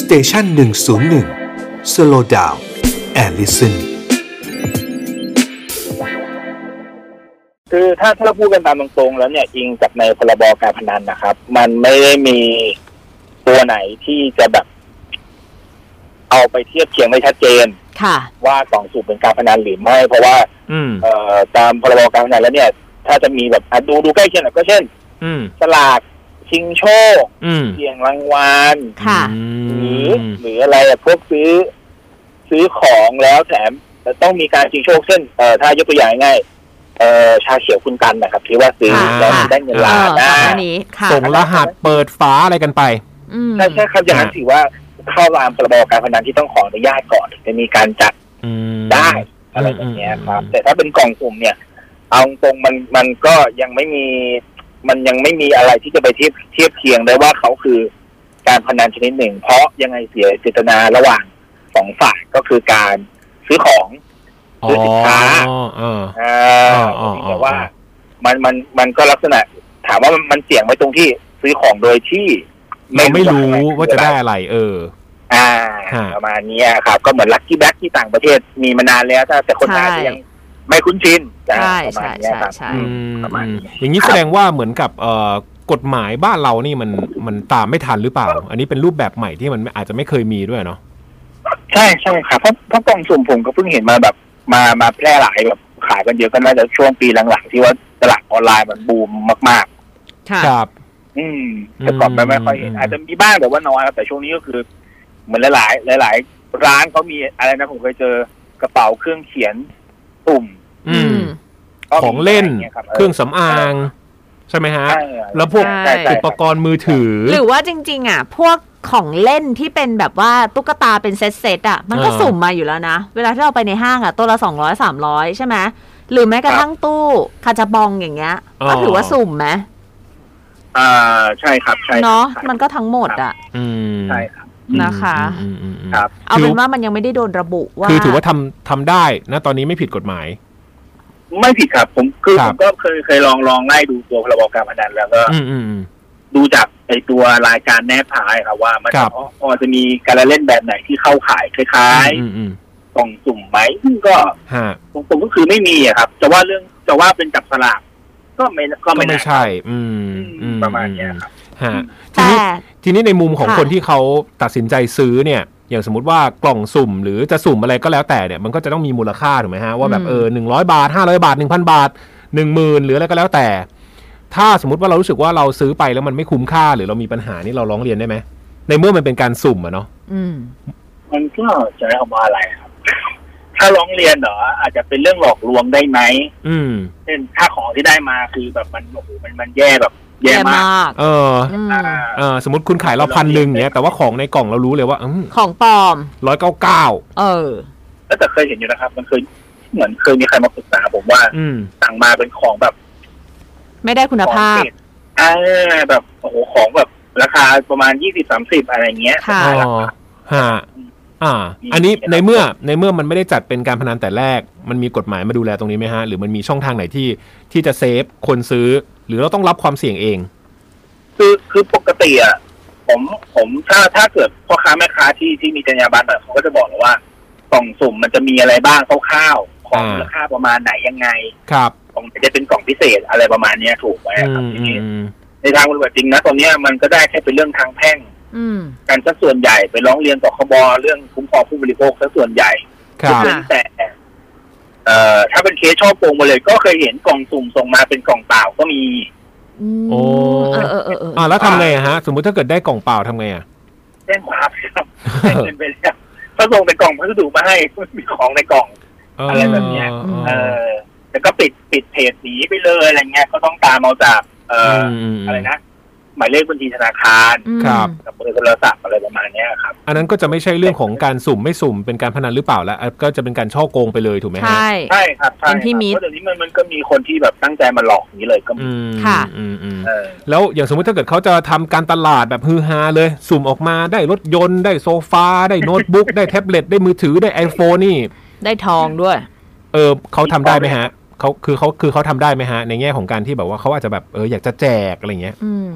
สเตชันหนึ่งศูนย์หนึ่งสโลดาวแอลลิสัน คือถ้าถ้าพูดกันตามตรงๆแล้วเนี่ยอิงจากในพรบการพนันนะครับ มันไม่ได้มีตัวไหนที่จะแบบ เอาไปเทียบเคียงไม่ชัดเจน ค่ะ ว่าสองสูบเป็นการพนันหรือไม่ เพราะว่า อืม เอ่อตามพรบการพนันแล้วเนี่ย ถ้าจะมีแบบอ่ะดูดูใกล้เคียงหน่อยก็เช่น อืม สลากชิงโชค อืม เสี่ยงรางวัล ค่ะ อหืรื ม อหรืออะไรอะพวกซื้อ ซื้อของแล้วแถมต้องมีการชิงโชคเช่นเอ่อถ้ายกตัวอย่างง่ายๆเอ่อชาเขียวคุณกันนะครับที่ว่าซื้อแล้วได้เงิน เอ ล้า อนก่อ นะ นหน้านี้ค่ะ ส่งรหัสเปิดฝาอะไรกันไป อืม ใช่ใช่ครับอย่างนั้นถือว่าเข้าตามพรบการพนันที่ต้องขออนุญาตก่อนถึงจะมีการจัด อืม ได้อะไรอย่างเงี้ยครับ อืม แต่ถ้าเป็นกล่องกลุ่มเนี่ย เอาตรงมันมันก็ยังไม่มี มันยังไม่มีอะไรที่จะไปเทียบเทียบเคียงได้ว่าเขาคือการพนันชนิดหนึ่ง เพราะยังไงเสียเจตนาระหว่างสองฝ่ายก็คือการซื้อของ อ๋อเออ อ่า อ๋ออ๋ออ๋อ แต่ว่ามันมันมันก็ลักษณะ ถามว่ามันมันเสี่ยงไว้ตรงที่ซื้อของโดยที่ เราไม่รู้ อ ว่าจะได้อะไร เออ อ่า ฮะ ประมาณเนี้ยครับ ก็เหมือนลั c กี้แบ็กที่ต่างประเทศมีมานานแล้ว แต่แต่คนไทยอาจจะยังไม่คุ้นชินนะ ใช่ ประมาณใช่เนี้ย ใช่ ครับ ใช่ อืม ประมาณนี้ อย่างนี้แสดงว่าเหมือนกับเอ่อกฎหมายบ้านเรานี่มันมันตามไม่ทันหรือเปล่า อันนี้เป็นรูปแบบใหม่ที่มันอาจจะไม่เคยมีด้วยเนาะ ใช่ใช่ครับเพราะเพราะกล่องสุ่มผมก็เพิ่งเห็นมาแบบ มามาแพร่หลายแบบขายกันเยอะก็น่าจะช่วงปีหลังๆ ที่ว่าตลาดออนไลน์มันบูมมาก ค่ะ ครับ ๆ อืมแต่ก่อนไม่ อืม ไม่ค่อยเห็น อืม อาจจะมีบ้างแต่ว่าน้อยครับแต่ช่วงนี้ก็คือเหมือนหลายๆหลาย ๆ ร้านเขามีอะไรนะผมเคยเจอกระเป๋าเครื่องเขียนตุ่ม อืม ก็มี ของเล่น ะไย่างี้ยบ เครื่องสำอาง ใช่ไหมฮะ ใช่ แล้วพวก ใช่ใช่ อุปกรณ์มือถือ หรือว่าจริง ๆ อ่ะ พวกของเล่นที่เป็นแบบว่าตุ๊กตาเป็นเซตเซตๆอ่ะ มันก็ เออ สุ่มมาอยู่แล้วนะ เวลาที่เราไปในห้างอ่ะ ตัวละสองร้อยสามร้อยใช่ไหมหรือแม้กระทั่งตู้คาจาบองอย่างเงี้ยก็ถือว่าสุ่มไหม อ่าใช่ครับใช่ เนาะ ครับ มันก็ทั้งหมดอ่ะ อืม ใช่ครับ นะคะ อืมอืมอืม ครับ เอาเป็นว่ามันยังไม่ได้โดนระบุว่า คือถือว่าทำทำได้นะตอนนี้ไม่ผิดกฎหมาย ไม่ผิดครับ ผมคือ ครั ผ บ มก็เคยเคยลองลองไล่ดูตัวพรบการพนันแล้วก็ อืมอืมอืม ดูจากไอตัวรายการแนบท้ายครับว่ามัน ครั จะ บ พอพอจะมีการละเล่นแบบไหนที่เข้าขายคล้าย อืมอืม ๆกล่องสุ่มไหมซึ่งก็ ฮะ ผมผมก็คือไม่มีอะครับจะว่าเรื่องจะว่าเป็นจับสลากก็ไม่ก็ ก็ ไม่ ไม่ น่า ใช่ อืมอืม ประมาณเนี้ยครับ ฮะที แต่ นี้ ทีนี้ในมุมของ ค่ะ คนที่เขาตัดสินใจซื้อเนี่ย อย่างสมมติว่ากล่องสุ่ม หรือจะสุ่มอะไรก็แล้วแต่เนี่ยมันก็จะต้องมีมูลค่าถูกไหมฮะว่าแบบ อืม เออหนึ่งร้อยบาทห้าร้อยบาทหนึ่งพันบาทหนึ่งหมื่นหรืออะไรก็แล้วแต่ ถ้าสมมติว่าเรารู้สึกว่าเราซื้อไปแล้วมันไม่คุ้มค่าหรือเรามีปัญหานี่เราร้องเรียนได้ไหมในเมื่อมันเป็นการสุ่มอะเนาะ อืม มันก็จะได้ออกมาอะไรครับ ถ้าร้องเรียนเหรออาจจะเป็นเรื่องหลอกลวงได้ไหม อืม เช่นถ้าของที่ได้มาคือแบบมันโอ้โหมันมันแย่แบบ แย่ แย่ มาก มาก เออ อืม อ่า เออสมมติคุณขายเราพันหนึ่งเนี่ยแต่ว่าของในกล่องเรารู้เลยว่า ของปลอม ร้อยเก้าเก้า เออ แล้วแต่เคยเห็นอยู่นะครับ มันเคยเหมือนเคยมีใครมาปรึกษาผมว่า อืม สั่งมาเป็นของแบบ ไม่ได้คุณภาของพเกรดเออแบบโอ้โหของแบบราคาประมาณยี่สิบสามสิบอะไรเงี้ย ค่ะ อ๋อฮะอ่า อันนี้ มีนะครับ ในเมื่อในเมื่อมันไม่ได้จัดเป็นการพนันแต่แรก มันมีกฎหมายมาดูแลตรงนี้ไหมฮะ หรือมันมีช่องทางไหนที่ที่จะเซฟคนซื้อ หรือเราต้องรับความเสี่ยงเอง คือคือปกติอ่ะผมผมถ้าถ้าเกิดพ่อค้าแม่ค้าที่ที่มีจรรยาบรรณอะเขาก็จะบอกเราว่ากล่องสุ่มมันจะมีอะไรบ้างคร่าวๆของ อ่า มูลค่าประมาณไหนยังไง ครับ ของจะเป็นกล่องพิเศษอะไรประมาณเนี้ยถูกไหม อื ครับ ม ที อื นี้ มอืม ในทางปฏิบัติจริงนะตอนเนี้ยมันก็ได้แค่เป็นเรื่องทางแพ่ง อืม กันซะส่วนใหญ่ไปร้องเรียนต่อคบเรื่องคุ้มครองผู้บริโภคซะส่วนใหญ่ ครับ ค่ะ แต่เอ่อถ้าเป็นเคสชอบโกงมาเลยก็เคยเห็นกล่องสุ่มส่งมาเป็นกล่องเปล่าก็มี อืม โอ้ เออเออเออเออ อ่าแล้วทำไงอะฮะ สมมุติถ้าเกิดได้กล่องเปล่าทำไงอ่ะ แจ้งความครับแจ้งเงินไปแล้วก็ส่งเป็นกล่องพัสดุมาให้มีของในกล่อง อะไรแบบเนี้ย เออแต่ก็ปิดปิดเพจหนีไปเลยอะไรเงี้ยก็ต้องตามเอาจาก เอ่ออ ม อะไรนะหมายเลขบัญชีธนาคาร อืม ครับ กับเบอร์โทรศัพท์อะไรประมาณเนี้ยครับ อันนั้นก็จะไม่ใช่เรื่องของการสุ่มไม่สุ่มเป็นการพนันหรือเปล่าแล้วอ่ะก็จะเป็นการช่อโกงไปเลยถูกไหมฮะ ใช่ ใช่ครับใช่ เป็นพี่มิตร เพราะเดี๋ยวนี้มันมันก็มีคนที่แบบตั้งใจมาหลอกอย่างนี้เลยก็มี อืม ค่ะ อืมอืม เออ แล้วอย่างสมมติถ้าเกิดเขาจะทำการตลาดแบบฮือฮาเลย สุ่มออกมาได้รถยนต์ได้โซฟา ได้โน้ตบุ๊ก ได้แท็บเล็ตได้มือถือได้ iPhone นี่ ได้ทองด้วย เออเขาทำได้ไหมฮะเขาคือเขาคือเขาทำได้ไหมฮะ ในแง่ของการที่แบบว่าเขาอาจจะแบบเอออยากจะแจกอะไรเงี้ย อืม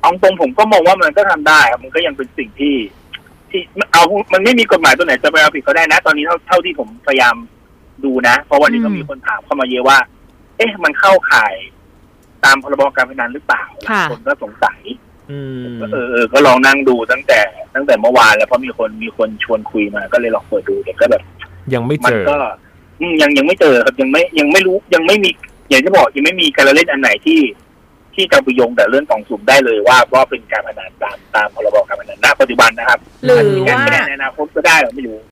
เอาตรงผมก็มองว่ามันก็ทำได้ครับมันก็ยังเป็นสิ่งที่ที่เอามันไม่มีกฎหมายตัวไหนจะไปเอาผิดเขาได้นะ ตอนนี้เท่าเท่าที่ผมพยายามดูนะ เพราะวันนี้ก็ อืม มีคนถามเข้ามาเยอะว่า เอ๊ะ มันเข้าข่ายตามพรบการพนันหรือเปล่า ค่ะ คนก็สงสัย อืม ก็เออเออก็ลองนั่งดูตั้งแต่ตั้งแต่เมื่อวานแล้วเพราะมีคนมีคนชวนคุยมาก็เลยลองเปิดดูแต่ก็แบบ ยังไม่ มั เจอ ก็อืมยังยังไม่เจอครับยังไม่ยังไม่รู้ยังไม่มีอย่างที่บอกยังไม่มีการละเล่นอันไหนที่ ที่จะไปโยงแต่เรื่องกองสุ่มได้เลยว่าว่าเป็นการพนันตามตามพรบการพนันณปัจจุบันนะครับ หรือ การ ว่า พนันในอนาคตก็ได้หรือไม่รู้